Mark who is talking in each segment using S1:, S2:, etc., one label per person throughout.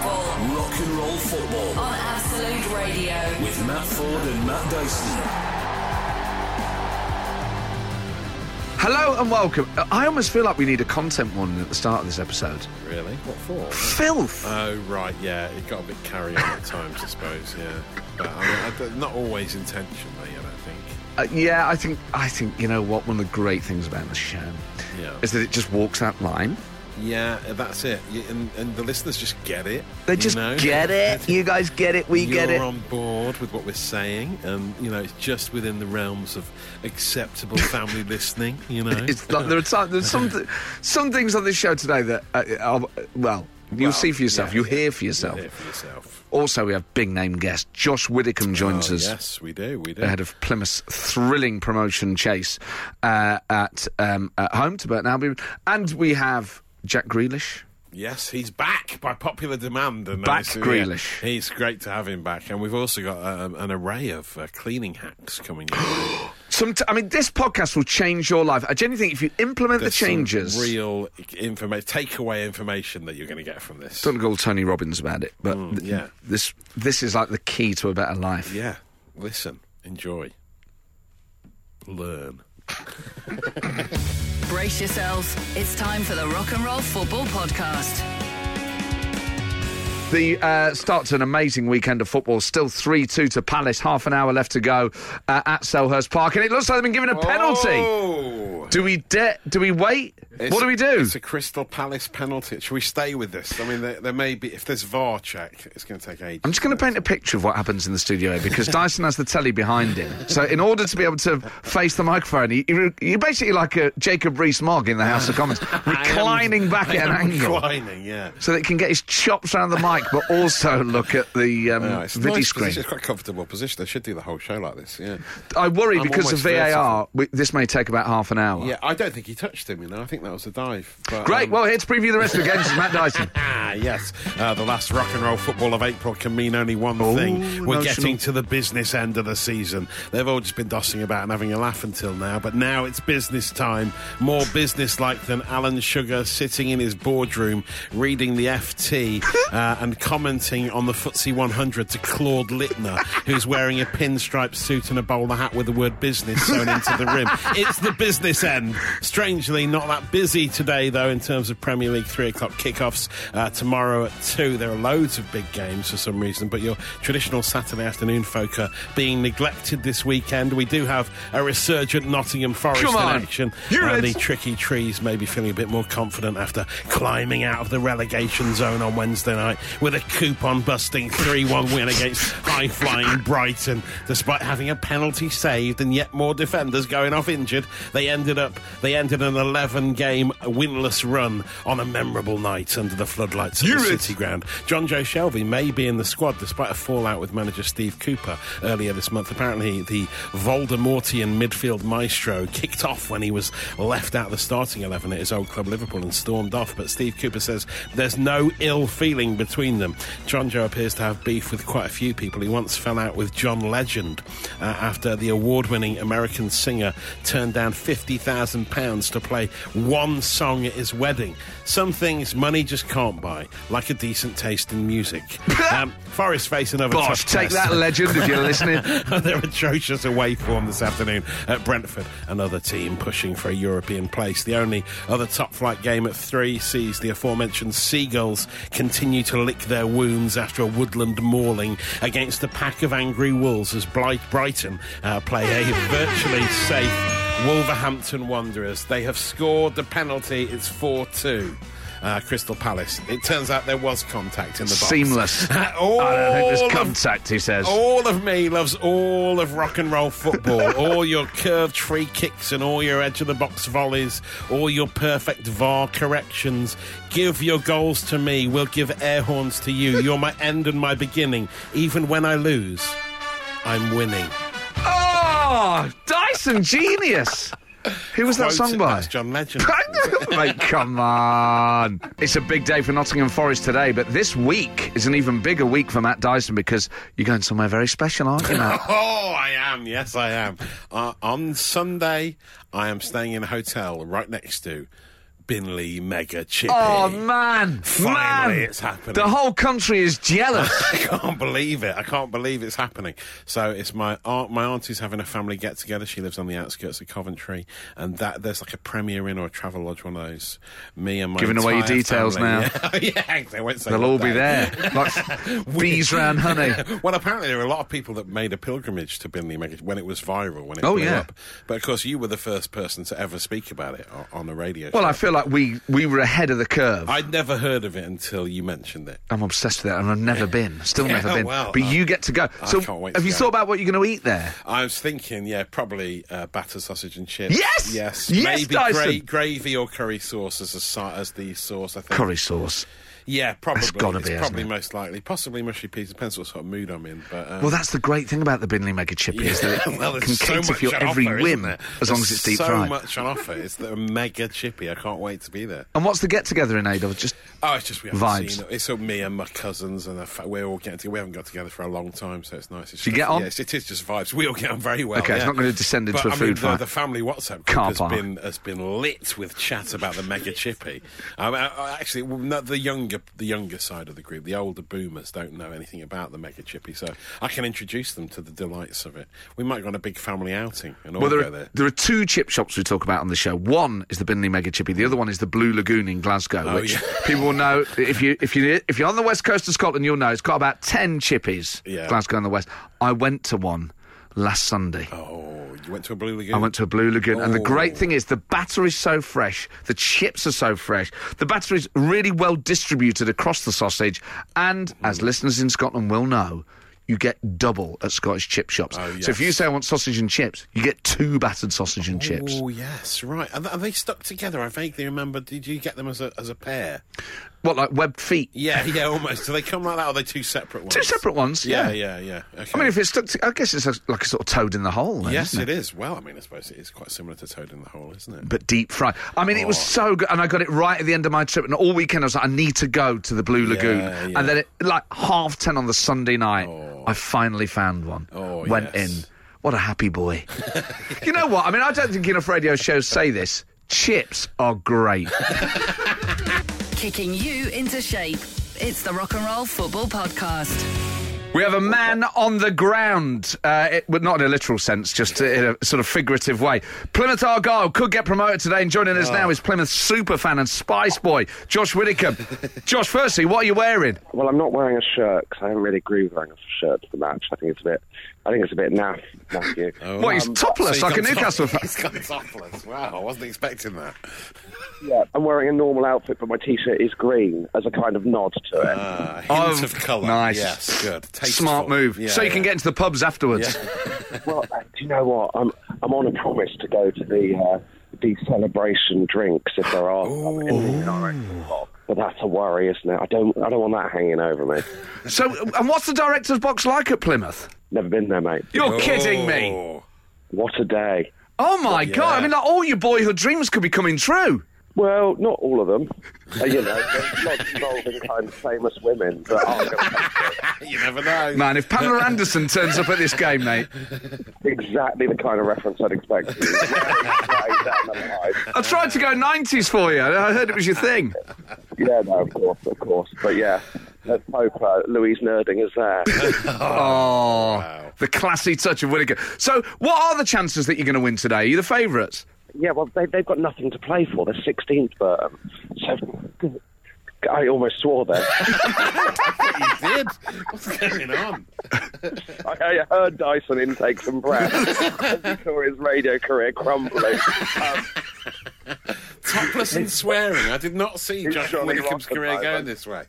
S1: Rock and roll football
S2: on Absolute Radio.
S1: with Matt Ford and Matt Dyson.
S3: Hello and welcome. I almost feel like we need a content warning at the start of this episode.
S4: Really? What for?
S3: Filth.
S4: Oh right, yeah. It got a bit carry on at times, I suppose. Yeah, but I mean, I don't- not always intentionally. I don't think.
S3: Uh, yeah, I think I think you know what. One of the great things about the show
S4: Yeah.
S3: is that it just walks that line.
S4: Yeah, uh, that's it. You, and, and the listeners just get it.
S3: They
S4: you
S3: just
S4: know?
S3: get it. You guys get it. We
S4: You're
S3: get it.
S4: on board with what we're saying, and you know it's just within the realms of acceptable family listening. You know,
S3: It's like there are some, there's some th- some things on this show today that uh, are, well you'll
S4: Well,
S3: see for yourself.
S4: yeah,
S3: you
S4: yeah.
S3: hear for yourself.
S4: You'll hear for yourself.
S3: Also, we have big name guest Josh Widdicombe joins
S4: Oh,
S3: us.
S4: yes, we do. We do.
S3: ahead of Plymouth's thrilling promotion chase uh, at um, at home to Burton Albion, and we have Jack Grealish.
S4: Yes, he's back by popular demand. And
S3: Back,
S4: so,
S3: Grealish.
S4: He's great to have him back, and we've also got um, an array of uh, cleaning hacks coming. in.
S3: Some, I mean, this podcast will change your life. I genuinely think if you implement
S4: There's
S3: the
S4: some
S3: changes,
S4: real information, takeaway information that you're going to get from this.
S3: don't call Tony Robbins about it, but
S4: Mm,
S3: th-
S4: yeah.
S3: this this is like the key to a better life.
S4: Yeah, listen, enjoy, learn.
S2: Brace yourselves. It's time for the Rock and Roll Football Podcast.
S3: The uh, start to an amazing weekend of football. Still three two to Palace. Half an hour left to go uh, at Selhurst Park, and it looks like they've been given a penalty.
S4: Oh!
S3: Do we de- Do we wait?
S4: It's-
S3: what do we do?
S4: It's a Crystal Palace penalty. Should we stay with this? I mean, there, there may be if there's VAR check, it's going to take ages.
S3: I'm just going to paint a picture of what happens in the studio here because Dyson has the telly behind him. So, in order to be able to face the microphone, you- you- you're basically like a Jacob Rees Mogg in the House of Commons, reclining back
S4: I
S3: at an
S4: am
S3: angle
S4: Reclining, yeah.
S3: so that he can get his chops around the mic but also look at the um,
S4: No, Oh, it's a
S3: video
S4: nice
S3: screen.
S4: Position. It's quite a comfortable position. They should do the whole show like this. Yeah.
S3: I worry
S4: I'm
S3: because of
S4: almost
S3: VAR,
S4: versatile.
S3: we, this may take about half an hour.
S4: Yeah, I don't think he touched him. You know, I think that was a dive. But,
S3: Great.
S4: um,
S3: well, here to preview the rest of the games is Matt Dyson.
S4: Ah, yes. Uh, the last rock and roll football of April can mean only one
S3: Ooh,
S4: thing. We're
S3: notional.
S4: getting to the business end of the season. They've all just been dossing about and having a laugh until now, but now it's business time. More business like than Alan Sugar sitting in his boardroom reading the FT uh, and commenting on the FTSE 100 to Claude Littner, who's wearing a pinstripe suit and a bowler hat with the word business sewn into the rim. It's the business end. Strangely, not that busy today, though, in terms of Premier League three o'clock kickoffs. Uh, tomorrow at two, there are loads of big games for some reason, but your traditional Saturday afternoon folk are being neglected this weekend. We do have a resurgent Nottingham Forest
S3: Come on.
S4: in action.
S3: You
S4: and
S3: Reds.
S4: the tricky trees may be feeling a bit more confident after climbing out of the relegation zone on Wednesday night with a coupon busting 3 1 win against high flying Brighton. Despite having a penalty saved and yet more defenders going off injured, they ended up they ended an 11 game winless run on a memorable night under the floodlights of the
S3: You're it.
S4: City ground. John Joe Shelby may be in the squad despite a fallout with manager Steve Cooper earlier this month. Apparently, the Voldemortian midfield maestro kicked off when he was left out of the starting 11 at his old club Liverpool and stormed off. But Steve Cooper says there's no ill feeling between them. John Joe appears to have beef with quite a few people. He once fell out with John Legend uh, after the award winning American singer turned down £50,000 to play one song at his wedding. Some things money just can't buy, like a decent taste in music. um, Forest face another
S3: Bosh,
S4: tough
S3: take
S4: test.
S3: that legend if you're listening.
S4: They're atrocious away form this afternoon at Brentford, another team pushing for a European place. The only other top flight game at three sees the aforementioned Seagulls continue to lick their wounds after a woodland mauling against a pack of angry wolves as Blyth Brighton uh, play a virtually safe Wolverhampton Wanderers. They have scored the penalty, it's 4 2. Uh, Crystal Palace. It turns out there was contact in the box.
S3: Seamless.
S4: All
S3: I don't think there's
S4: of
S3: contact, he says.
S4: all of me loves all of rock and roll football. all your curved free kicks and all your edge of the box volleys, all your perfect VAR corrections. Give your goals to me. We'll give air horns to you. You're my end and my beginning. Even when I lose, I'm winning.
S3: Oh, Dyson genius. Who was that
S4: Quoted-
S3: song by?
S4: That's John Legend.
S3: Mate, come on. It's a big day for Nottingham Forest today, but this week is an even bigger week for Matt Dyson because you're going somewhere very special, aren't you, Matt?
S4: Oh, I am. Yes, I am. Uh, on Sunday, I am staying in a hotel right next to Binley Mega Chippy.
S3: Oh man,
S4: Finally,
S3: man,
S4: it's happening.
S3: The whole country is jealous.
S4: I can't believe it. I can't believe it's happening. So it's my aunt. My auntie's having a family get together. She lives on the outskirts of Coventry, and that there's like a Premier Inn or a Travel Lodge, one of those. Me and my
S3: Giving away your
S4: entire
S3: details
S4: family-
S3: now.
S4: yeah, they won't say
S3: They'll
S4: what
S3: all be
S4: day.
S3: there, like bees round honey.
S4: well, apparently there were a lot of people that made a pilgrimage to Binley Mega when it was viral, when it
S3: Oh,
S4: blew
S3: yeah.
S4: up. But of course, you were the first person to ever speak about it o- on the radio.
S3: Well,
S4: show.
S3: I feel like we we were ahead of the curve. I,
S4: I'd never heard of it until you mentioned it.
S3: am obsessed with that, and I've never been, still
S4: Yeah,
S3: never been.
S4: well,
S3: but
S4: I-
S3: you get to go.
S4: I
S3: So,
S4: can't wait
S3: have
S4: to
S3: you
S4: go.
S3: thought about what you're going to eat there?
S4: I was thinking, yeah, probably uh, batter sausage and chips.
S3: Yes!
S4: yes,
S3: Yes,
S4: maybe
S3: Dyson!
S4: gravy or curry sauce as a si- as the sauce. I think
S3: Curry sauce.
S4: Yeah, probably.
S3: That's gotta
S4: It's
S3: be, hasn't
S4: probably
S3: it?
S4: most likely, possibly mushy peas and pencil sort of mood I'm in. But um,
S3: Well, that's the great thing about the Binley Mega Chippy is that it
S4: well, there's
S3: can
S4: so
S3: cater
S4: much
S3: for your
S4: on
S3: every
S4: offer, isn't
S3: whim
S4: there?
S3: as long
S4: There's
S3: as it's deep
S4: so
S3: fried.
S4: much on offer. It's the mega chippy. I can't wait to be there.
S3: And what's the get together in Adolf? Just
S4: Oh, it's just we haven't
S3: Vibes.
S4: seen. It's all me and my cousins, and the fa- we're all getting together. We haven't got together for a long time, so it's nice. It's
S3: Do you
S4: just-
S3: get on?
S4: Yes, it is just vibes. We all get on very well.
S3: Okay, it's
S4: yeah.
S3: not gonna descend into
S4: But,
S3: a
S4: I mean,
S3: food
S4: the,
S3: fight.
S4: The family WhatsApp
S3: Car
S4: group has
S3: park.
S4: been has been lit with chat about the mega chippy. Um, I- I- actually, well, not the younger the younger side of the group, the older boomers don't know anything about the mega chippy, so I can introduce them to the delights of it. We might go on a big family outing and all
S3: well, there
S4: Oh, go
S3: are,
S4: there.
S3: there are two chip shops we talk about on the show. One is the Binley Mega Chippy. The other one is the Blue Lagoon in Glasgow, which
S4: Oh, yeah.
S3: people will know if you if you if you're on the west coast of Scotland, you'll know it's got about ten chippies.
S4: Yeah.
S3: Glasgow and the west. I went to one last Sunday.
S4: Oh, you went to a blue lagoon.
S3: I went to a Blue Lagoon, and the great
S4: Oh.
S3: thing is the batter is so fresh, the chips are so fresh, the batter is really well distributed across the sausage, and
S4: Mm.
S3: as listeners in Scotland will know, you get double at Scottish chip shops.
S4: Oh,
S3: So if you
S4: yes.
S3: say I want sausage and chips, you get two battered sausage and chips.
S4: Oh yes, right. Are, th- are they stuck together? I vaguely remember. Did you get them as a as a pair?
S3: What like webbed feet?
S4: Yeah, yeah, almost. Do they come like that? Or are they two separate ones?
S3: Two separate ones. Yeah.
S4: Yeah, yeah, yeah. Okay.
S3: I mean, if it's stuck, to, I guess it's a, like a sort of toad in the hole. Then,
S4: yes,
S3: isn't
S4: it is. Well, I mean, I suppose it is quite similar to Toad in the Hole, isn't it?
S3: but deep fried. I mean, it was
S4: Oh.
S3: so good, and I got it right at the end of my trip. And all weekend, I was like, I need to go to the Blue Lagoon.
S4: yeah.
S3: And then, it, like half ten on the Sunday night, I finally found one.
S4: Oh,
S3: Went
S4: yes.
S3: in. What a happy boy. you know what? I mean, I don't think enough radio shows say this. Chips are great.
S2: Kicking you into shape. It's the Rock and Roll Football Podcast.
S3: We have a man on the ground, uh, it, but not in a literal sense, just in a sort of figurative way. Plymouth Argyle could get promoted today, and joining
S4: Oh.
S3: us now is Plymouth superfan and Spice Boy, Josh Widdicombe. Josh, firstly, what are you wearing?
S5: Well, I'm not wearing a shirt because I don't really agree with wearing a shirt to the match. I think it's a bit, I think it's a bit naff. Thank you.
S3: What, he's topless
S4: Um,
S3: like a
S4: So you've got
S3: Newcastle
S4: top-
S3: fan?
S4: He's got topless. Wow, I wasn't expecting that.
S5: Yeah, I'm wearing a normal outfit, but my t-shirt is green as a kind of nod to it.
S4: Uh, hint
S3: Oh,
S4: of colour.
S3: nice.
S4: Yes, good. Tasteful.
S3: Smart move.
S4: Yeah,
S3: so you can
S4: yeah.
S3: get into the pubs afterwards.
S5: well, uh, do you know what? I'm I'm on a promise to go to the uh, the celebration drinks if there are. some in the director's box. But that's a worry, isn't it? I don't I don't want that hanging over me.
S3: So, and what's the director's box like at Plymouth?
S5: Never been there, mate.
S3: You're
S4: Oh,
S3: kidding me.
S5: What a day.
S3: Oh my God. I
S4: yeah.
S3: mean, like, all your boyhood dreams could be coming true.
S5: Well, not all of them. Uh, you know, not involving kind of famous women that are going to
S4: You never know.
S3: Man, if Pamela Anderson turns up at this game, mate.
S5: exactly the kind of reference I'd expect. from you. Right down the line.
S3: I tried to go 90s for you. I heard it was your thing.
S5: yeah, no, of course, of course. But yeah, there's Pope, uh, Louise Nerding is there.
S3: Oh, the classy touch of Whittaker. So, what are the chances that you're going to win today? Are you the favourites?
S5: yeah, well, they, they've got nothing to play for. They're 16th, but um, so I almost swore there.
S4: you did. What's going on?
S5: I, I heard Dyson intake some breath. I saw his radio career crumbling. Um,
S4: Topless and swearing. I did not see
S5: He's
S4: Josh
S5: surely
S4: Wickham's
S5: lost the
S4: career
S5: fight,
S4: going
S5: man.
S4: this way.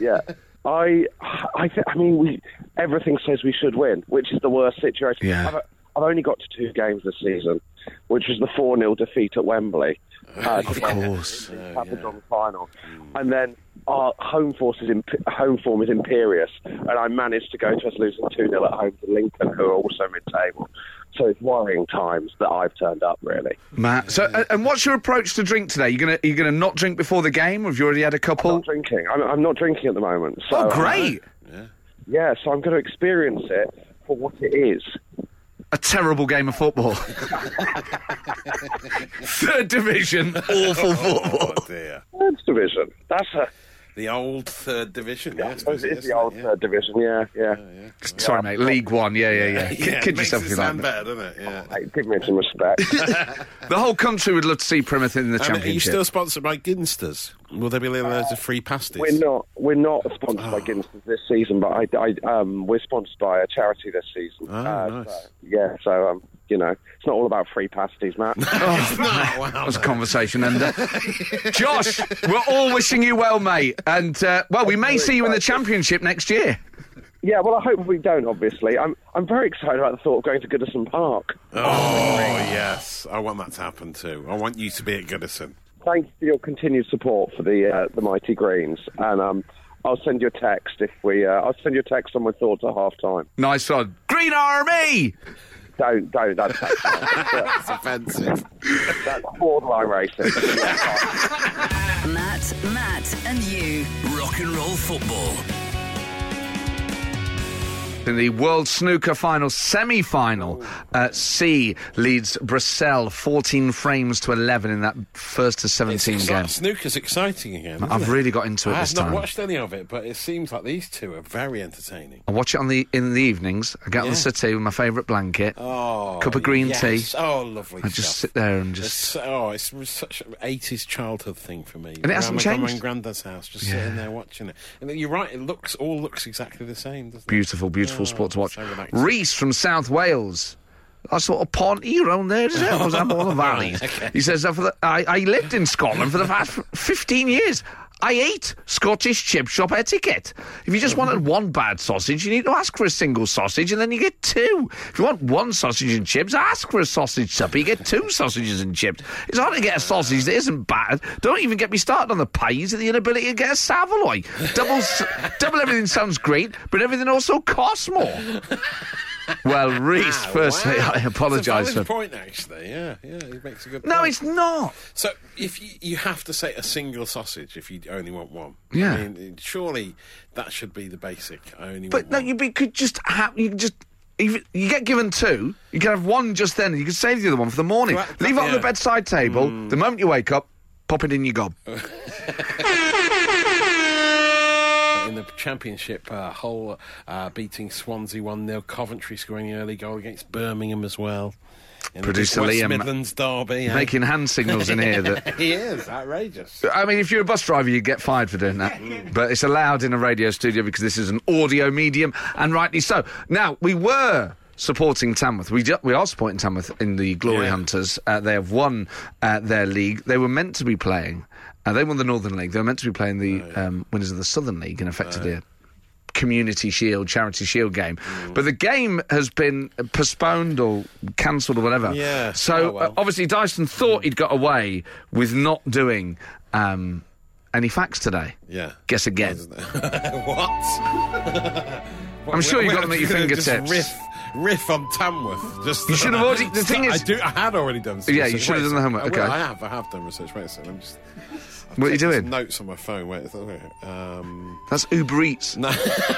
S5: yeah. I, I, th- I mean, we, everything says we should win, which is the worst situation.
S3: Yeah.
S5: I've, I've only got to two games this season, which was the 4 0 defeat at Wembley. Uh, of
S3: course.
S5: Happened on the final. And then our home, force is imp- home form is imperious, and I managed to go to us losing 2 0 at home to Lincoln, who are also mid table. So it's worrying times that I've turned up, really.
S3: Matt. So, a- and what's your approach to drink today? You're going to you're going to not drink before the game, or have you already had a
S5: I'm
S3: couple?
S5: not drinking. I'm, I'm not drinking at the moment. So,
S3: Oh,
S5: uh,
S3: great!
S5: yeah, so I'm going to experience it for what it is.
S3: a terrible game of football. Third division, awful football.
S4: Oh dear.
S5: Third division. That's a.
S4: The old third division. Yeah, I
S5: I suppose it is
S4: isn't
S5: the old
S4: Yeah.
S5: third division. Yeah, yeah.
S3: Sorry, mate. League One. Yeah, yeah, yeah.
S4: Yeah,
S3: Kid
S4: it makes
S3: yourself
S4: it
S3: if you like.
S4: sound better, doesn't it? Yeah.
S5: Hey, give me some respect.
S3: The whole country would love to see Plymouth in the
S4: And are you
S3: championship.
S4: still sponsored by Ginsters? Will there be loads of free pasties?
S5: we're not. We're not sponsored by Guinness this season, but I, I, um, we're sponsored by a charity this season. Uh,
S4: Oh, nice.
S5: so, yeah. So, um, you know, it's not all about free pasties, Matt.
S4: It's not. Wow.
S3: That was a conversation ender. Josh, we're all wishing you well, mate. And uh, well, we may see you in the championship next year.
S5: yeah. Well, I hope we don't. Obviously, I'm. I'm very excited about the thought of going to Goodison Park.
S4: Oh, yes. I want that to happen too. I want you to be at Goodison.
S5: Thank you for your continued support for the uh, the mighty Greens, and um, I'll send you a text if we. Uh, I'll send you a text on my thoughts at half time.
S3: Nice one, Green Army.
S5: Don't, don't. That's,
S4: That's offensive.
S5: that's borderline racist.
S2: Matt, Matt, and you.
S1: Rock and roll football.
S3: In the World Snooker Final semi-final, uh, C leads Brussels 14 frames to 11 in that first to 17 game.
S4: Snooker's exciting again. isn't
S3: I've
S4: it?
S3: really got into it
S4: I
S3: this
S4: have not
S3: time.
S4: watched any of it, but it seems like these two are very entertaining.
S3: I watch it on the in the evenings. I get on
S4: Yeah.
S3: the city with my favourite blanket,
S4: Oh,
S3: cup of green
S4: yes.
S3: tea.
S4: Oh, lovely.
S3: I just
S4: stuff.
S3: sit there and
S4: It's
S3: just
S4: so- oh, it's r- such an 80s childhood thing for me.
S3: And it hasn't
S4: Around my grandma
S3: changed.
S4: and granddad's house, just sitting there watching it. And you're right, it looks all looks exactly the same, doesn't
S3: beautiful, beautiful
S4: Oh,
S3: sport to watch.
S4: so relaxing.
S3: Reese from South Wales. I saw a Ponty around there, is it? I was up all the valleys. He says, "Uh, for the- I, I lived in Scotland for the past 15 years. I ate Scottish chip shop etiquette. If you just wanted one bad sausage, you need to ask for a single sausage and then you get two. If you want one sausage and chips, ask for a sausage supper. You get two sausages and chips. It's hard to get a sausage that isn't battered. Don't even get me started on the pies and the inability to get a Savoy. Double, s- double everything sounds great, but everything also costs more. Well, Reese,
S4: Ah,
S3: firstly,
S4: wow.
S3: I apologise
S4: It's a valid
S3: for.
S4: point, actually. Yeah, yeah, it makes a good.
S3: No,
S4: point.
S3: it's not.
S4: so. If you, you have to say a single sausage, if you only want one,
S3: Yeah.
S4: I mean, surely that should be the basic. I only
S3: But
S4: want
S3: no,
S4: one.
S3: you be, could just have. You could just. if You get given two. You can have one just then. and You can save the other one for the morning.
S4: Right,
S3: Leave it on
S4: yeah. Mm.
S3: the bedside table. The moment you wake up, pop it in your gob.
S4: in the championship, uh, Hull uh, beating Swansea one 0 Coventry scoring the early goal against Birmingham as well. In the
S3: Producer
S4: West
S3: Liam
S4: Midlands derby. eh?
S3: Making hand signals in here. That
S4: he is outrageous.
S3: I mean, if you're a bus driver, you get fired for doing that.
S4: Mm.
S3: But it's allowed in a radio studio because this is an audio medium, and rightly so. Now we were. Supporting Tamworth, we ju- we are supporting Tamworth in the Glory
S4: Yeah.
S3: Hunters. Uh, they have won uh, their league. They were meant to be playing. Uh, they won the Northern League. They were meant to be playing the um, winners of the Southern League, and effectively a community shield, charity shield game.
S4: Mm.
S3: But the game has been postponed or cancelled or whatever.
S4: Yeah.
S3: So
S4: Oh,
S3: uh,
S4: well.
S3: obviously Dyson thought he'd got away with not doing um, any facts today.
S4: Yeah.
S3: Guess again.
S4: what?
S3: I'm sure you
S4: We're
S3: got them at your
S4: gonna just
S3: fingertips.
S4: Riff, riff on Tamworth. Just
S3: You should have already- the thing
S4: I
S3: is-
S4: do. I had already done. Some
S3: Yeah, you
S4: research.
S3: should have
S4: Wait a
S3: done the
S4: second.
S3: homework,
S4: I will-
S3: okay.
S4: I have. I have done research. Wait a second. I'm just. I've
S3: What are you
S4: taken some
S3: doing?
S4: Notes on my phone. Wait. a second. Um,
S3: That's Uber Eats.
S4: no.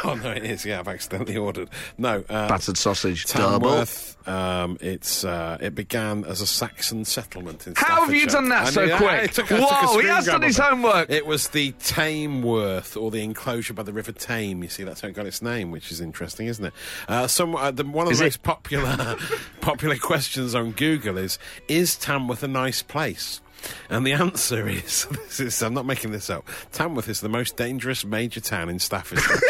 S4: oh no, it is. Yeah, I've accidentally ordered. No. Uh,
S3: Battered sausage. Double.
S4: Tamworth. Um, it's uh, it began as a Saxon settlement in
S3: How have you
S4: Staffordshire.
S3: done that
S4: I
S3: so
S4: knew-
S3: quick?
S4: I took- I took a
S3: Whoa, he
S4: screen
S3: has
S4: grab
S3: done his
S4: of it.
S3: homework.
S4: It was the Tameworth or the enclosure by the River Tame. You see, that's how it got its name, which is interesting, isn't it? Uh, some uh, the, one of
S3: Is
S4: the
S3: it?
S4: most popular popular questions on Google is: Is Tamworth a nice place? And the answer is, this is, I'm not making this up. Tamworth is the most dangerous major town in Staffordshire.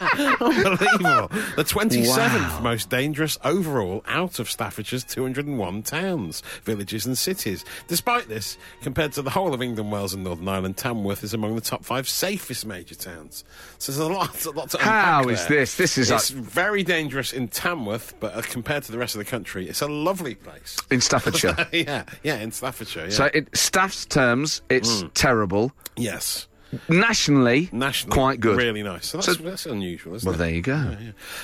S4: Unbelievable. The 27th
S3: Wow.
S4: most dangerous overall out of Staffordshire's 201 towns, villages, and cities. Despite this, compared to the whole of England, Wales, and Northern Ireland, Tamworth is among the top five safest major towns. So there's a lot, a lot to
S3: How
S4: unpack
S3: is
S4: there.
S3: this? This is
S4: It's
S3: like-
S4: very dangerous in Tamworth, but uh, compared to the rest of the country, it's a lovely place.
S3: In Staffordshire.
S4: yeah, yeah, in Staffordshire. Yeah.
S3: So, in staff's terms,
S4: Hmm.
S3: it's terrible.
S4: yes.
S3: Nationally,
S4: Nationally,
S3: quite good.
S4: Really nice. So that's,
S3: So-
S4: that's unusual, isn't
S3: Well,
S4: it?
S3: there you go.
S4: Yeah,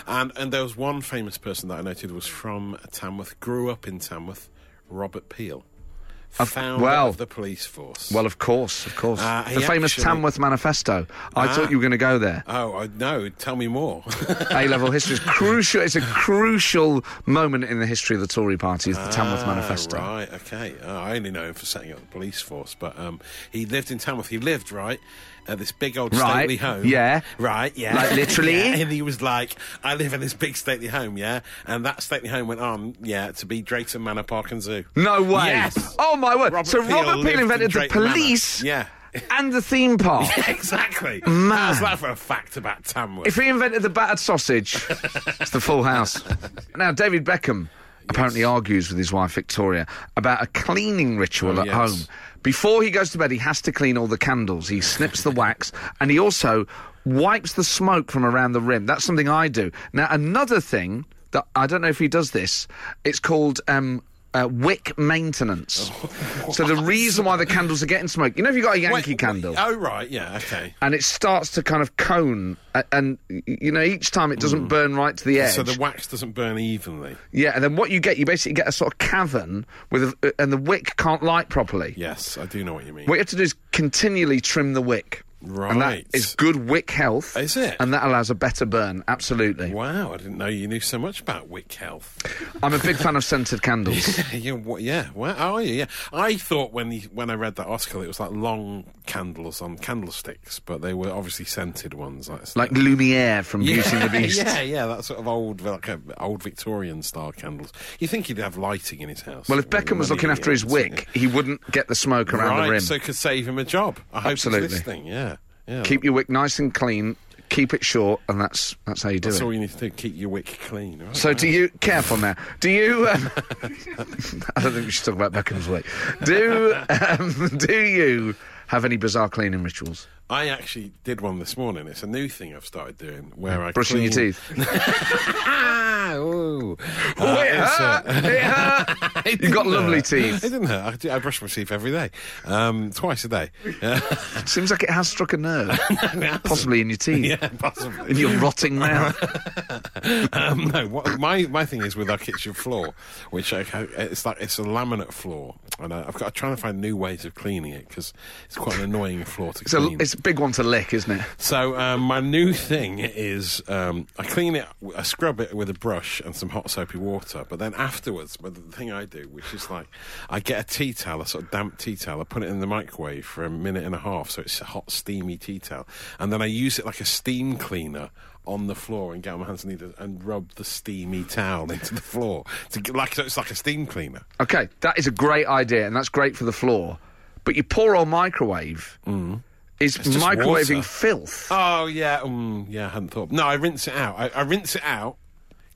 S4: yeah. And and there was one famous person that I noted was from Tamworth, grew up in Tamworth, Robert Peel, founder
S3: well-
S4: of the police force.
S3: Well, of course, of course.
S4: Uh, he
S3: the famous
S4: actually- Ah.
S3: Tamworth Manifesto. I thought you were going to go there.
S4: oh I, no, tell me more.
S3: A level history is crucial. It's a crucial moment in the history of the Tory party. Is the Tamworth
S4: Ah,
S3: Manifesto?
S4: Right, okay. Oh, I only know him for setting up the police force, but um, he lived in Tamworth. He lived, right? Uh, this big old
S3: Right,
S4: stately home.
S3: yeah.
S4: Right, yeah.
S3: Like, literally?
S4: Yeah, And he was like, I live in this big stately home, yeah? And that stately home went on, yeah, to be Drayton Manor Park and Zoo.
S3: No way!
S4: Yes.
S3: Oh my word!
S4: Robert
S3: so
S4: Peel
S3: Robert
S4: lived
S3: Peel
S4: in
S3: invented the
S4: Drayton Manor.
S3: police,
S4: Yeah.
S3: and the theme park.
S4: exactly.
S3: Man.
S4: How's that for a fact about Tamworth?
S3: If he invented the battered sausage, it's the full house. Now, David Beckham apparently argues with his wife Victoria about a cleaning ritual
S4: Oh,
S3: at
S4: yes.
S3: home. Before he goes to bed, he has to clean all the candles. He snips the wax and he also wipes the smoke from around the rim. That's something I do. Now, another thing that I don't know if he does this, it's called. Um, uh, wick maintenance. so the reason why the candles are getting smoked, you know, if you've got a
S4: Wait,
S3: Yankee
S4: wait,
S3: candle,
S4: Oh, right, yeah, okay.
S3: and it starts to kind of cone, a- and y- you know each time it doesn't burn right to the edge.
S4: Hmm. So the wax doesn't burn evenly.
S3: yeah, and then what you get, you basically get a sort of cavern with, a, uh, and the wick can't light properly.
S4: Yes, I do know what you mean.
S3: What you have to do is continually trim the wick. And that
S4: Right.
S3: is good wick health.
S4: Is it?
S3: And that allows a better burn, absolutely.
S4: Wow, I didn't know you knew so much about Wick Health.
S3: I'm a big fan of scented candles.
S4: yeah, what, yeah. Wow, oh, yeah, yeah. I thought when you, when I read that article, it was like long candles on candlesticks, but they were obviously scented ones, like
S3: Like Lumiere from
S4: yeah,
S3: Beauty and the Beast.
S4: Yeah, yeah, that sort of old, like uh, old Victorian style candles. You think he'd have lighting in his house?
S3: Well, if Beckham was looking after his wick, he wouldn't get the smoke around
S4: right?
S3: the rim.
S4: So it could save him a job. I hope
S3: Absolutely.
S4: it's this thing. Yeah, yeah.
S3: Keep your wick nice and clean, keep it short, and that's, that's how you do
S4: that's
S3: it.
S4: all you need to do. Keep your wick clean. Right?
S3: So do you careful now? Do you? Um, I don't think we should talk about Beckham's weight. Do um, do you have any bizarre cleaning rituals?
S4: I actually did one this morning. It's a new thing I've started doing where I
S3: Brushing your
S4: clean-
S3: teeth.
S4: Ah, ooh.
S3: Oh,
S4: Uh,
S3: it
S4: it's, uh,
S3: hurt. It hurt.
S4: It
S3: You've got
S4: didn't
S3: lovely
S4: hurt.
S3: teeth.
S4: It didn't hurt. I, do- I brush my teeth every day, um, twice a day. Yeah,
S3: Seems like it has struck a nerve, possibly in your teeth,
S4: yeah possibly.
S3: in your rotting mouth.
S4: Um, no, what, my my thing is with our kitchen floor, which I, I- it's like it's a laminate floor, and I, I've got I'm trying to find new ways of cleaning it because it's quite an annoying floor to
S3: It's a,
S4: clean.
S3: it's a big one to lick, isn't it?
S4: So um, my new thing is um, I clean it, I scrub it with a brush and some hot soapy water. But then afterwards, but the thing I do, which is like I get a tea towel, a sort of damp tea towel, I put it in the microwave for a minute and a half, so it's a hot steamy tea towel, and then I use it like a steam cleaner on the floor and get on my hands and knees and rub the steamy towel into the floor to get, like so it's like a steam cleaner.
S3: Okay, that is a great idea, and that's great for the floor. But your poor old microwave is
S4: Mm. just
S3: microwaving
S4: water.
S3: filth.
S4: Oh yeah, mm, yeah. I hadn't thought. No, I rinse it out. I, I rinse it out,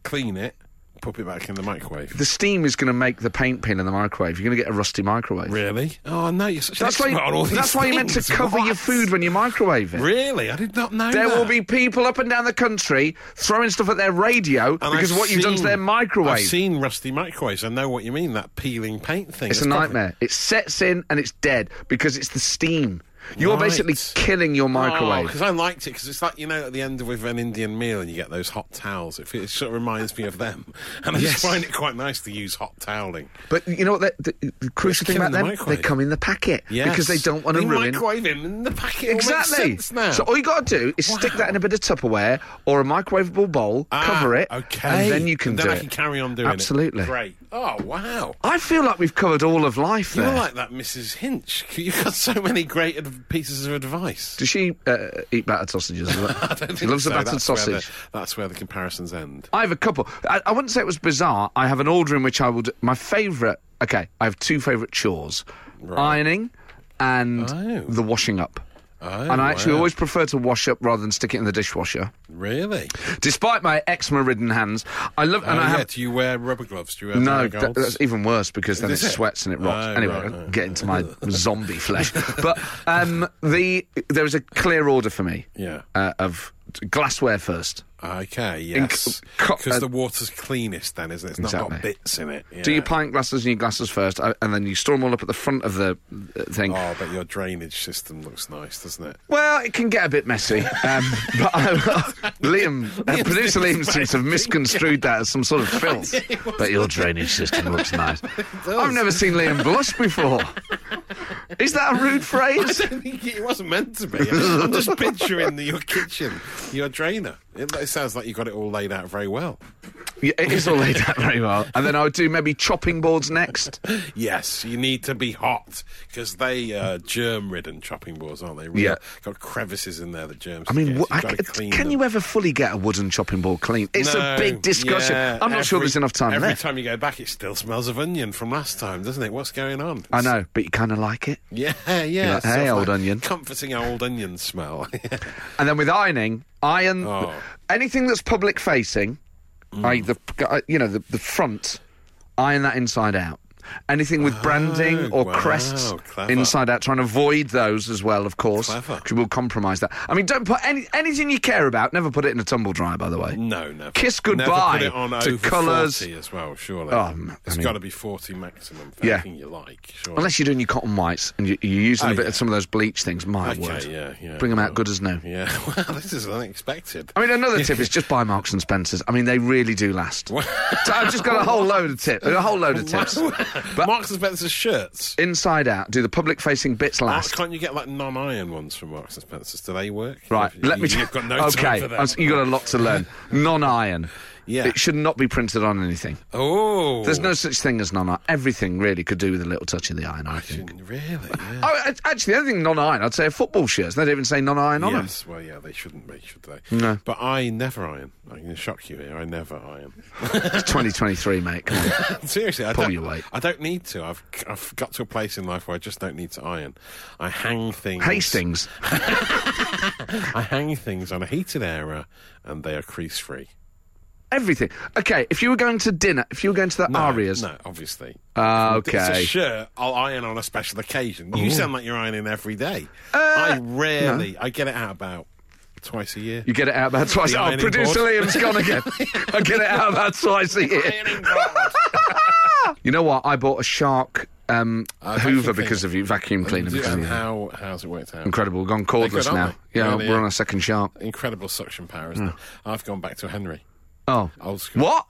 S4: clean it, put it back in the microwave.
S3: The steam is going to make the paint pin in the microwave. You're going to get a rusty microwave.
S4: Really? Oh no, you're such
S3: That's why.
S4: an expert on all these
S3: that's why you meant to
S4: things.
S3: cover
S4: What?
S3: your food when you microwave it.
S4: Really? I did not know.
S3: There
S4: that.
S3: will be people up and down the country throwing stuff at their radio
S4: And
S3: because
S4: I've
S3: of what you've done to
S4: seen-
S3: their microwave.
S4: I've seen rusty microwaves. I know what you mean. That peeling paint thing.
S3: it's a
S4: probably-
S3: nightmare. It sets in and it's dead because it's the steam. You're
S4: Right. Oh,
S3: basically killing your microwave.
S4: Because I liked it because it's like you know at the end of with an Indian meal and you get those hot towels. It, it sort of reminds me of them, and I
S3: Yes.
S4: just find it quite nice to use hot toweling.
S3: but you know what? The, the, the crucial thing
S4: killing
S3: about them?
S4: the microwave.
S3: They come in the packet
S4: Yes.
S3: because they don't want to
S4: They
S3: ruin.
S4: microwave him in the packet. It all makes
S3: Exactly.
S4: sense now.
S3: So all you got to do is stick that in a bit of Tupperware or a microwavable bowl,
S4: Ah,
S3: cover it,
S4: Okay.
S3: and then you can
S4: And then
S3: do
S4: I
S3: it.
S4: can carry on doing
S3: Absolutely.
S4: it. Great. Oh wow.
S3: I feel like we've covered all of life
S4: You're
S3: there.
S4: like that Mrs. Hinch. You've got so many great ad- pieces of advice.
S3: Does she uh, eat battered sausages? as well? she loves
S4: So
S3: the battered
S4: that's where
S3: sausage.
S4: the- that's where the comparisons end.
S3: I have a couple. I, I wouldn't say it was bizarre. I have an order in which I would. My favourite. Okay, I have two favourite chores: ironing and
S4: Oh.
S3: the washing up.
S4: Oh,
S3: and I actually
S4: wow.
S3: always prefer to wash up rather than stick it in the dishwasher.
S4: really.
S3: Despite my eczema-ridden hands, I love and
S4: Oh,
S3: I
S4: yeah,
S3: have
S4: do you wear rubber gloves? Do you wear
S3: No,
S4: rubber
S3: tha-
S4: gloves?
S3: that's even worse because then it
S4: Is it?
S3: sweats and it rots.
S4: Oh,
S3: anyway,
S4: right,
S3: I'll
S4: right.
S3: get into my zombie flesh. But um, the there is a clear order for me.
S4: Yeah.
S3: Uh, of glassware first.
S4: Okay,
S3: In-
S4: yes.
S3: co-
S4: Because
S3: uh,
S4: the water's cleanest, then, isn't it? It's not got
S3: Exactly.
S4: bits in it.
S3: Do
S4: yeah.
S3: your pint glasses and your glasses first, uh, and then you store them all up at the front of the uh, thing.
S4: Oh, but your drainage system looks nice, doesn't it?
S3: Well, it can get a bit messy. Um, but I, Liam, uh, producer Liam seems to have misconstrued that as some sort of filth. But your drainage system looks nice. I've never seen Liam blush before. Is that a rude phrase?
S4: I think it wasn't meant to be. I'm just picturing the, your kitchen, your drainer. It, it sounds like you got it all laid out very well.
S3: Yeah, it is all laid out very well. And then I would do maybe chopping boards next.
S4: Yes, you need to be hot because they are germ-ridden chopping boards, aren't they? Real-
S3: Yeah.
S4: got crevices in there. The germs.
S3: I mean,
S4: get.
S3: wha-
S4: You've
S3: I-
S4: gotta clean
S3: can
S4: them.
S3: you ever fully get a wooden chopping board clean? It's a
S4: No,
S3: big discussion.
S4: yeah,
S3: I'm not sure
S4: every-
S3: there's enough time
S4: Every
S3: left.
S4: time you go back, it still smells of onion from last time, doesn't it? What's going on?
S3: I know, but you kind of like it.
S4: Yeah, yeah.
S3: like,
S4: it's sort
S3: "Hey,
S4: of
S3: old onion."
S4: Comforting old onion smell.
S3: And then with ironing, iron
S4: Oh. Mm.
S3: anything that's public facing, i.e. the uh, you know the, the front, iron that inside out. Anything with branding
S4: Oh,
S3: or
S4: wow,
S3: crests
S4: clever.
S3: inside out, trying to avoid those as well, of course,
S4: Clever.
S3: because we'll compromise that. I mean, don't put any anything you care about. Never put it in a tumble dryer, by the way.
S4: no, never.
S3: Kiss
S4: never
S3: goodbye
S4: put it on
S3: to
S4: over
S3: colours.
S4: 40 as well. Surely,
S3: Oh, m- I
S4: it's
S3: mean-
S4: got to be forty maximum. For
S3: Yeah.
S4: anything you like. Surely.
S3: Unless you're doing your cotton whites and you, you're using
S4: Oh,
S3: a bit
S4: yeah.
S3: of some of those bleach things. My
S4: Okay,
S3: word,
S4: yeah, yeah,
S3: bring them out
S4: well.
S3: good as new.
S4: Yeah, well, this is unexpected.
S3: I mean, another tip is just buy Marks and Spencers. I mean, they really do last. so I've just got a whole load of tips, a whole load of tips. But
S4: Marks and Spencer's shirts.
S3: inside out, do the public-facing bits
S4: Oh,
S3: last.
S4: can't you get like non-iron ones from Marks and Spencer's? Do they work?
S3: Right,
S4: You,
S3: let me.
S4: You've got no
S3: okay,
S4: time for that.
S3: I'm s- you got a lot to learn. Non-iron.
S4: Yeah.
S3: It should not be printed on anything.
S4: Oh,
S3: There's no such thing as non-iron. Everything really could do with a little touch of the iron. I think.
S4: really. Yeah.
S3: Oh, a- actually, the other thing non-iron, I'd say a football shirts. They don't even say non-iron on them.
S4: Yes, well, yeah, they shouldn't be, should they? No. But I never iron. I'm going to shock you here. I never iron.
S3: It's 2023, mate. Come on.
S4: Seriously, I
S3: Pull
S4: don't.
S3: your weight.
S4: I don't need to. I've I've got to a place in life where I just don't need to iron. I hang things.
S3: Hastings.
S4: I hang things on a heated area, and they are crease free.
S3: Everything. Okay, if you were going to dinner, if you were going to the
S4: No,
S3: Arias,
S4: No, obviously.
S3: Ah,
S4: If It's
S3: okay.
S4: a shirt I'll iron on a special occasion. You sound like you're ironing every day.
S3: Uh,
S4: I rarely. I get it out about twice a year.
S3: you get it out about twice.
S4: The
S3: Oh,
S4: ironing
S3: producer
S4: board.
S3: Liam's gone again. I get it out about twice a year.
S4: Ironing board.
S3: You know what? I bought a shark um,
S4: Uh,
S3: Hoover
S4: vacuum
S3: because of you, vacuum cleaner
S4: Do-
S3: because of
S4: and
S3: you.
S4: how how's it worked out?
S3: Incredible. We've gone
S4: They're good,
S3: cordless
S4: aren't
S3: now.
S4: they?
S3: Yeah,
S4: Really,
S3: we're
S4: yeah.
S3: on our second shark.
S4: Incredible suction power, isn't it? I've gone back to a Henry.
S3: Oh.
S4: Old school.
S3: Hmm. What?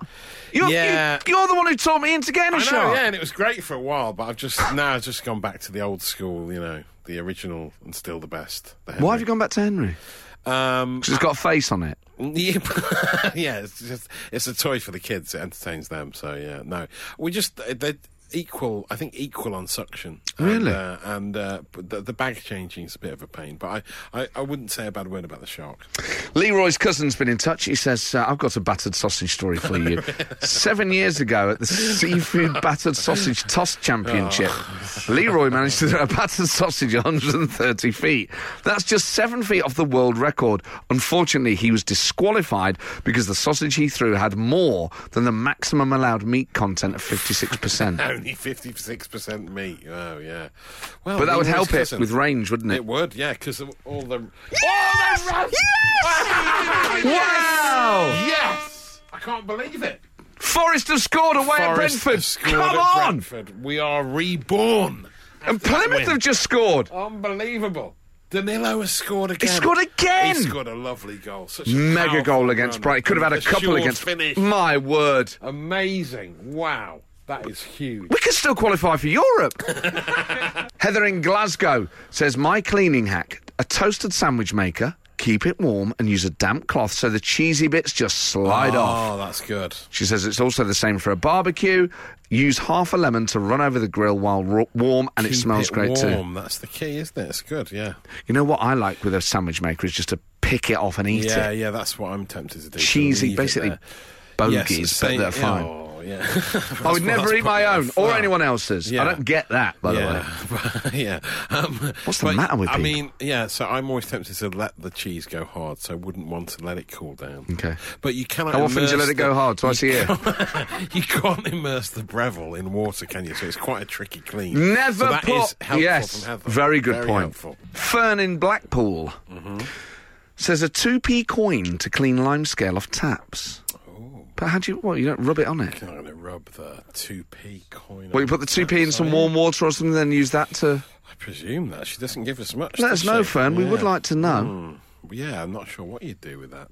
S3: You're,
S4: Yeah.
S3: you, are the one who taught me into getting a
S4: I know,
S3: shark.
S4: yeah, and it was great for a while, but I've just now I've just gone back to the old school, you know, the original and still the best. The
S3: Why have you gone back to Henry?
S4: Um,
S3: 'Cause it's got a face on it.
S4: yeah, yeah, it's just it's a toy for the kids. It entertains them, so yeah. No, we just they're equal. I think equal on suction. And,
S3: Really?
S4: uh, and uh, but the, the bag changing is a bit of a pain, but I, I, I wouldn't say a bad word about the shark.
S3: Leroy's cousin's been in touch. He says, uh, I've got a battered sausage story for you. Seven years ago at the Seafood Battered Sausage Toss Championship,
S4: Oh.
S3: Leroy managed to do a battered sausage 130 feet. That's just seven feet off the world record. Unfortunately, he was disqualified because the sausage he threw had more than the maximum allowed meat content of 56%.
S4: Only fifty six percent meat. Oh yeah. Well,
S3: But that would
S4: Leroy's
S3: help it
S4: cousin.
S3: with range, wouldn't it?
S4: It would, yeah, because all the
S3: Wow!
S4: yes, I can't believe it.
S3: Forest have scored away
S4: Forest
S3: at
S4: have
S3: Brentford.
S4: scored
S3: Come
S4: at
S3: on!
S4: Brentford. We are reborn.
S3: And Plymouth
S4: win.
S3: have just scored.
S4: Unbelievable. Danilo has scored again.
S3: scored again!
S4: He scored a lovely goal. Such a
S3: Mega
S4: powerful
S3: goal against
S4: run.
S3: Brighton. Could have had a couple
S4: sure
S3: against.
S4: Finish.
S3: My word.
S4: Amazing. Wow. That is huge.
S3: We could still qualify for Europe. Heather in Glasgow says My cleaning hack a toasted sandwich maker, keep it warm, and use a damp cloth so the cheesy bits just slide off.
S4: Oh, that's good.
S3: She says it's also the same for a barbecue. Use half a lemon to run over the grill while ro- warm, and it
S4: Keep
S3: smells
S4: it
S3: great too.
S4: warm. That's the key, isn't it? It's good, yeah.
S3: You know what I like with a sandwich maker is just to pick it off and eat
S4: Yeah,
S3: it.
S4: yeah, that's what I'm tempted to do. to leave
S3: Cheesy,
S4: it
S3: basically
S4: there. Yes,
S3: bogeys, but
S4: same-
S3: they're fine.
S4: Oh, yeah. That's
S3: I would
S4: what-
S3: never
S4: that's
S3: eat my
S4: putting
S3: own
S4: it
S3: or
S4: off.
S3: anyone else's. I
S4: Yeah.
S3: don't get that, by the way.
S4: yeah. yeah. Um,
S3: What's the matter with
S4: I
S3: people?
S4: mean, yeah, so I'm always tempted to let the cheese go hard, so I wouldn't want to let it cool down.
S3: Okay.
S4: But you cannot.
S3: How often do you
S4: immerse
S3: let it go
S4: the-
S3: hard? Twice a year?
S4: you can't immerse the Breville in water, can you? So it's quite a tricky clean.
S3: Never
S4: So that
S3: put.
S4: is helpful
S3: yes,
S4: from Heather.
S3: very good
S4: Very
S3: point.
S4: helpful.
S3: Fern in Blackpool Says a 2p coin to clean limescale off taps.
S4: Oh.
S3: But how do you, what, you don't rub it on it?
S4: I'm going to rub the 2p coin.
S3: Well,
S4: on
S3: you put the 2p in some
S4: outside.
S3: warm water or something, then use that to.
S4: I presume that. She doesn't give us much.
S3: Let
S4: does
S3: us know,
S4: she?
S3: Fern. We would
S4: Yeah. Hmm.
S3: like to know.
S4: Yeah, I'm not sure what you'd do with that.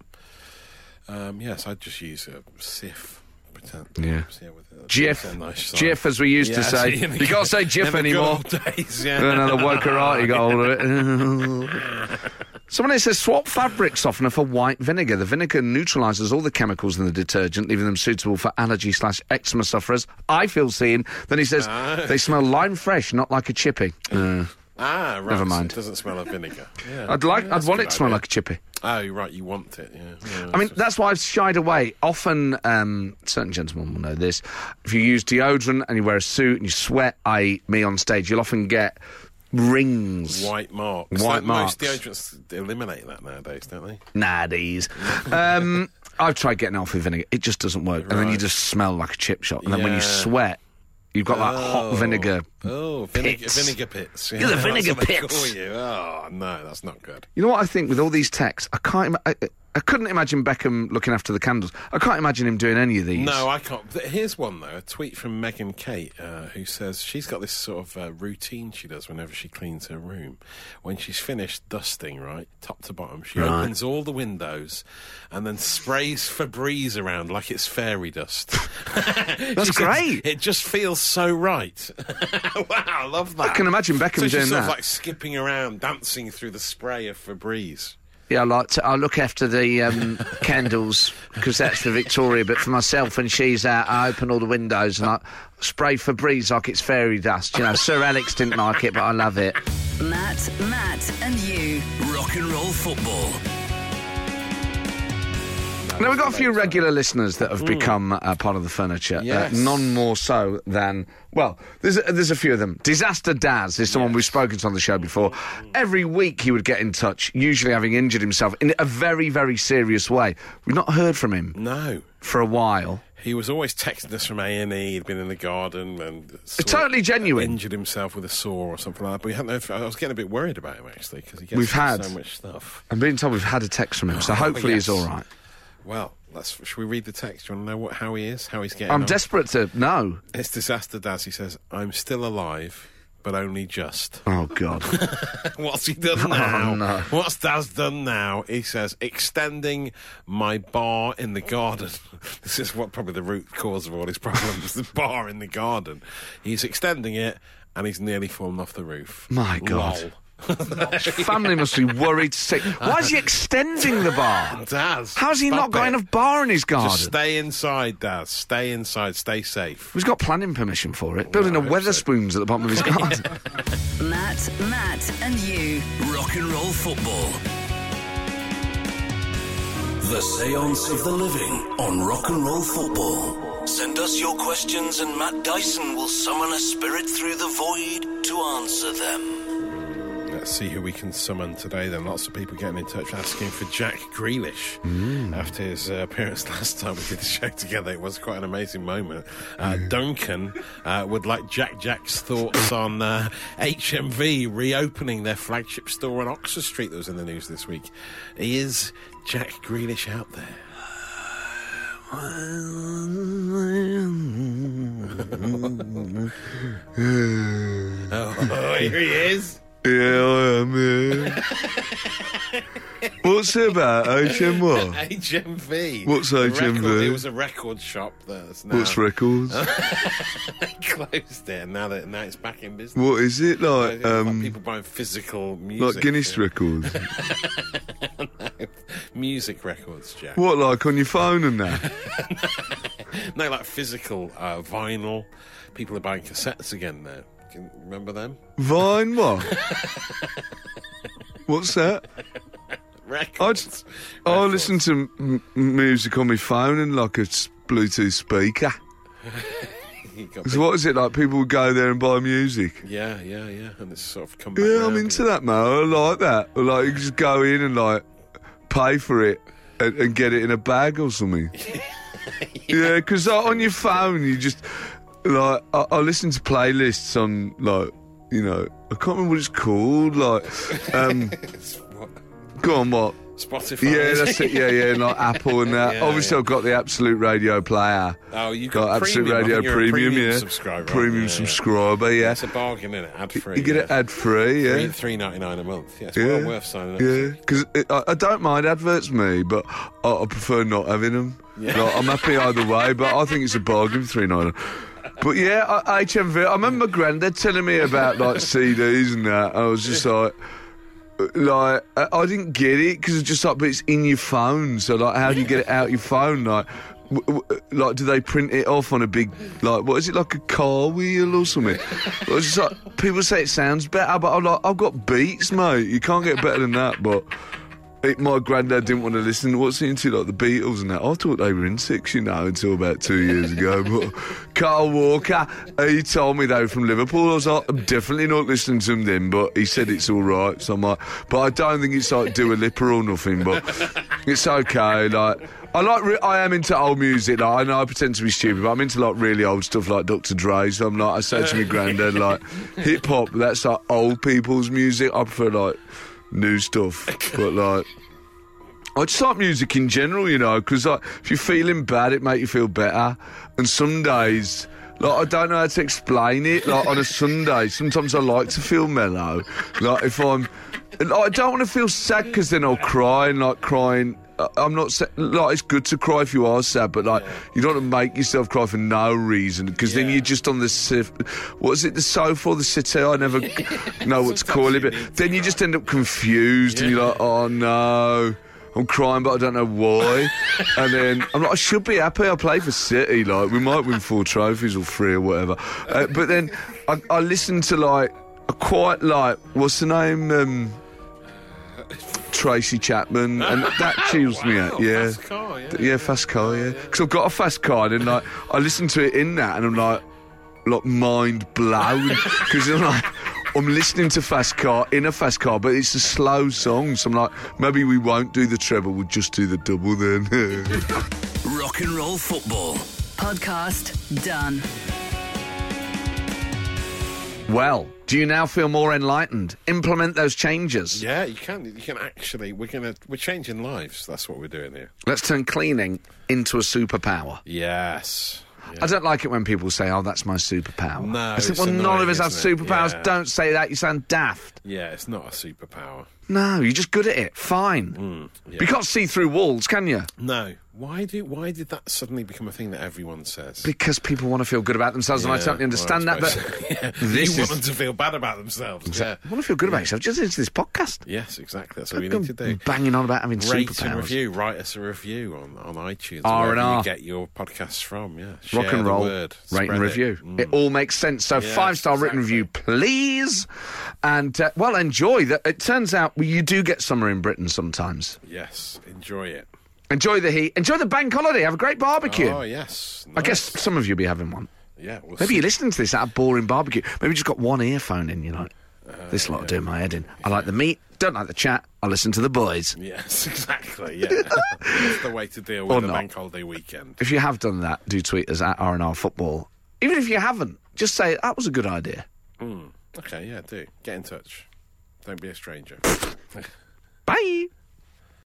S4: Um, yes, I'd just use a sieve. Pretend.
S3: Yeah.
S4: See how with it-
S3: Jiff.
S4: that's a nice sign.
S3: Jiff, as we used to
S4: Yeah,
S3: say.
S4: see, in the
S3: You can't
S4: good-
S3: say Jiff
S4: in the good
S3: anymore.
S4: old days, yeah.
S3: Then another wokerati got hold of it. Someone here says swap fabric softener for white vinegar. The vinegar neutralises all the chemicals in the detergent, leaving them suitable for allergy slash eczema sufferers. I feel seen. Then he says they smell lime fresh, not like a chippy. Uh,
S4: Ah, right.
S3: Never
S4: so
S3: mind.
S4: it doesn't smell of vinegar. Yeah.
S3: I'd like.
S4: Yeah, that's
S3: I'd want
S4: a
S3: it
S4: good
S3: to smell
S4: idea.
S3: like a chippy.
S4: Oh, you're right. You want it. Yeah. Yeah,
S3: I mean,
S4: it's just-
S3: that's why I've shied away. Often, um, certain gentlemen will know this. If you use deodorant and you wear a suit and you sweat, i.e., me on stage, you'll often get rings.
S4: white marks.
S3: White
S4: Like
S3: marks.
S4: Most deodorants eliminate that nowadays, don't they?
S3: Nadies. um, I've tried getting alfie vinegar. It just doesn't work. And then you
S4: Right.
S3: just smell like a chip shot. And then when you
S4: Yeah.
S3: sweat, you've got that hot
S4: Oh.
S3: vinegar.
S4: Oh, vinegar
S3: pits.
S4: pits. Vinegar pits. Yeah,
S3: You're the
S4: that's
S3: vinegar
S4: what they call
S3: pits.
S4: you. Oh no, that's not good.
S3: You know what I think with all these texts? I can't. Im- I, I couldn't imagine Beckham looking after the candles. I can't imagine him doing any of these.
S4: No, I can't. Th- Here's one though: a tweet from Megan Kate, uh, who says she's got this sort of uh, routine she does whenever she cleans her room. When she's finished dusting, right, top to bottom, she opens all the windows and then sprays Febreze around like it's fairy dust. That's
S3: great.
S4: It just feels so right. wow, I love that.
S3: I can imagine Beckham
S4: so she's
S3: doing
S4: sort of
S3: that.
S4: like skipping around, dancing through the spray of Febreze.
S6: Yeah, I like to, I look after the um, candles because that's for Victoria. But for myself, when she's out, I open all the windows and I spray Febreze like it's fairy dust. You know, Sir Alex didn't like it, but I love it.
S2: Matt, Matt, and you.
S1: Rock and roll football.
S3: Now, we've got a few regular listeners that have become uh, part of the furniture. uh,
S4: Hmm. Yes.
S3: none more so than, well, there's a, there's a few of them. Disaster Daz is someone we've spoken to on the show before. Every week he would get in touch, usually having injured himself in a very, very serious way. We've not heard from him
S4: No.
S3: for a while.
S4: He was always texting us from A and E. He'd been in the garden and sort of
S3: totally genuine.
S4: Injured himself with a saw or something like that. But we hadn't. I was getting a bit worried about him actually because he gets
S3: We've had-
S4: so much stuff.
S3: I'm being told we've had a text from him, so
S4: Oh,
S3: hopefully he's
S4: yes.
S3: all right.
S4: Well, let's. Should we read the text? Do you want to know what, how he is? How he's getting?
S3: I'm
S4: on?
S3: desperate to know.
S4: It's disaster, Daz. He says, "I'm still alive, but only just."
S3: Oh, God.
S4: What's he done now?
S3: Oh, no.
S4: What's Daz done now? He says, extending my bar in the garden. this is what probably the root cause of all his problems the bar in the garden. He's extending it and he's nearly fallen off the roof.
S3: My God.
S4: Lol.
S3: Family must be worried sick. Why is he extending the bar?
S4: Daz.
S3: How's he
S4: stop
S3: not got
S4: it.
S3: enough bar in his garden?
S4: Just stay inside, Daz. Stay inside. Stay safe.
S3: He's got planning permission for it. Building
S4: I
S3: a
S4: hope
S3: Weatherspoons at the bottom of his garden.
S2: Matt, Matt, and you.
S1: Rock and roll football. The Seance of the Living on Rock and Roll Football. Send us your questions and Matt Dyson will summon a spirit through the void to answer them.
S4: Let's see who we can summon today. Then lots of people getting in touch asking for Jack Grealish after his uh, appearance last time we did the show together. It was quite an amazing moment. Uh, Duncan uh, would like Jack Jack's thoughts on uh, HMV reopening their flagship store on Oxford Street that was in the news this week. Is Jack Grealish out there? Oh, here he is.
S3: What's about HMR?
S4: HMV.
S3: What's
S4: A
S3: HMV?
S4: record- It was a record shop that's now
S3: records?
S4: closed there. Now that now it's back in business.
S3: What is it um,
S4: Like, people buying physical music. yeah.
S3: records?
S4: music records, Jack.
S3: What, like on your phone and that?
S4: No, like physical uh, vinyl. People are buying cassettes again now. Can remember them?
S3: Vine what? What's that?
S4: Records.
S3: I
S4: Records.
S3: listen to m- music on my phone and like a s- Bluetooth speaker.
S4: You got
S3: So
S4: big-
S3: what is it like? People would go there and buy music.
S4: Yeah, yeah, yeah. And it's sort of come back.
S3: Yeah,
S4: now,
S3: I'm
S4: but-
S3: into that, man. I like that. Like you just go in and like pay for it and, and get it in a bag or something. yeah, because on your phone you just like I, I listen to playlists on like you know I can't remember what it's called. Like, um,
S4: It's what-
S3: go on, what?
S4: Spotify.
S3: Yeah, that's it. Yeah, yeah, not Apple and that.
S4: Yeah,
S3: Obviously,
S4: yeah.
S3: I've got the Absolute Radio player.
S4: Oh, you've
S3: got,
S4: got
S3: Absolute
S4: premium. I
S3: Radio
S4: think you're a
S3: Premium,
S4: premium
S3: yeah.
S4: subscriber, aren't
S3: Premium
S4: you? Yeah, yeah.
S3: subscriber, yeah.
S4: It's a bargain, isn't it? Ad free.
S3: You get it ad free, yeah.
S4: Three three ninety nine a month. Yeah, it's well worth signing up.
S3: Yeah, because I, I don't mind adverts, me, but I, I prefer not having them. Like, I'm happy either way, but I think it's a bargain, three nine. But yeah, I, HMV. I remember my granddad telling me about like CDs and that. I was just like. Like I I didn't get it because it's just like, but it's in your phone. So like, how do you get it out your phone? Like, w- w- like do they print it off on a big like what is it like a car wheel or something? I was just like, people say it sounds better, but I'm like, I've got beats, mate. You can't get better than that. But it, my granddad didn't want to listen. What's he into, like the Beatles and that? I thought they were in six, you know, until about two years ago. But Carl Walker, he told me though from Liverpool, I was like, I'm definitely not listening to him then. But he said it's all right, so I'm like, but I don't think it's like Dua Lipa or nothing. But it's okay, like. I like. Re- I am into old music. Like, I know I pretend to be stupid, but I'm into like really old stuff, like Dr. Dre. So I'm like, I say to my granddad, like, hip hop. That's like old people's music. I prefer like new stuff, but like. I just like music in general, you know, because like, if you're feeling bad, it makes you feel better. And some days, like I don't know how to explain it. Like on a Sunday, sometimes I like to feel mellow. Like if I'm, like, I don't want to feel sad because then I'll cry and like crying. I- I'm not sa- like it's good to cry if you are sad, but like you don't want to make yourself cry for no reason because then
S4: Yeah.
S3: you're just on the sif- what is it the sofa or the city? I never know what to call it,
S4: Sometimes you
S3: but
S4: need to
S3: then you
S4: cry.
S3: just end up confused and you're like, oh no, I'm crying, but I don't know why. and then I'm like, I should be happy. I play for City. Like, we might win four trophies or three or whatever. Uh, but then I, I listen to like, I quite like, what's the name? Um, Tracy Chapman, and that chills me
S4: Wow,
S3: out. Yeah,
S4: fast car, yeah.
S3: Th- fast car. Yeah, because I've got a fast car, and then, like I listen to it in that, and I'm like, like mind blown because I'm like. I'm listening to Fast Car in a Fast Car, but it's a slow song. So I'm like, maybe we won't do the treble, we'll just do the double then.
S1: Rock and Roll Football.
S2: Podcast done.
S6: Well,
S3: do you now feel more enlightened? Implement those changes.
S4: Yeah, you can. You can actually. We're gonna. We're changing lives. That's what we're doing here.
S6: let's turn cleaning into a superpower.
S4: Yes.
S6: I don't like it when people say, "Oh, that's my superpower."
S4: No,
S6: I think,
S4: it's
S6: well, none
S4: annoying,
S6: of us have
S4: isn't it?
S6: superpowers.
S4: Yeah.
S6: Don't say that. You sound daft.
S4: Yeah, it's not a superpower.
S6: No, you're just good at it. Fine.
S4: Mm,
S6: You can't see through walls, can you?
S4: No. Why do? Why did that suddenly become a thing that everyone says?
S6: Because people want to feel good about themselves, and I totally understand that. But
S4: this
S6: this
S4: you
S6: is-
S4: want them to feel bad about themselves.
S6: I
S4: Yeah.
S6: want to feel good about yourself. Just into this podcast.
S4: Yes, exactly. That's what we need to do.
S6: Banging on about having
S4: Rate and
S6: superpowers.
S4: review. Write us a review on, on iTunes.
S6: R and
S4: wherever
S6: R.
S4: You get your podcasts from. Yeah. Share
S6: Rock and
S4: the
S6: roll,
S4: Word.
S6: rate
S4: Spread
S6: and
S4: it. Mm,
S6: review. It, all makes sense. So
S4: Yes,
S6: five star written
S4: exactly.
S6: review, please. And uh, well, enjoy that. It turns out well, you do get summer in Britain sometimes.
S4: Yes. Enjoy it.
S6: Enjoy the heat. Enjoy the bank holiday. Have a great barbecue.
S4: Oh yes.
S6: I
S4: nice.
S6: guess some of you'll be having one.
S4: Yeah. We'll
S6: Maybe
S4: see.
S6: you're listening to this at a boring barbecue. Maybe you just got one earphone in, you know. this lot are doing my head in. I like the meat, don't like the chat, I listen to the boys.
S4: Yes, exactly. Yeah, that's the way to deal
S6: Or
S4: with a
S6: not.
S4: bank holiday weekend.
S6: If you have done that, do tweet us at R&R Football. Even if you haven't, just say, that was a good idea.
S4: Okay, yeah, do get in touch. Don't be a stranger.
S6: Bye.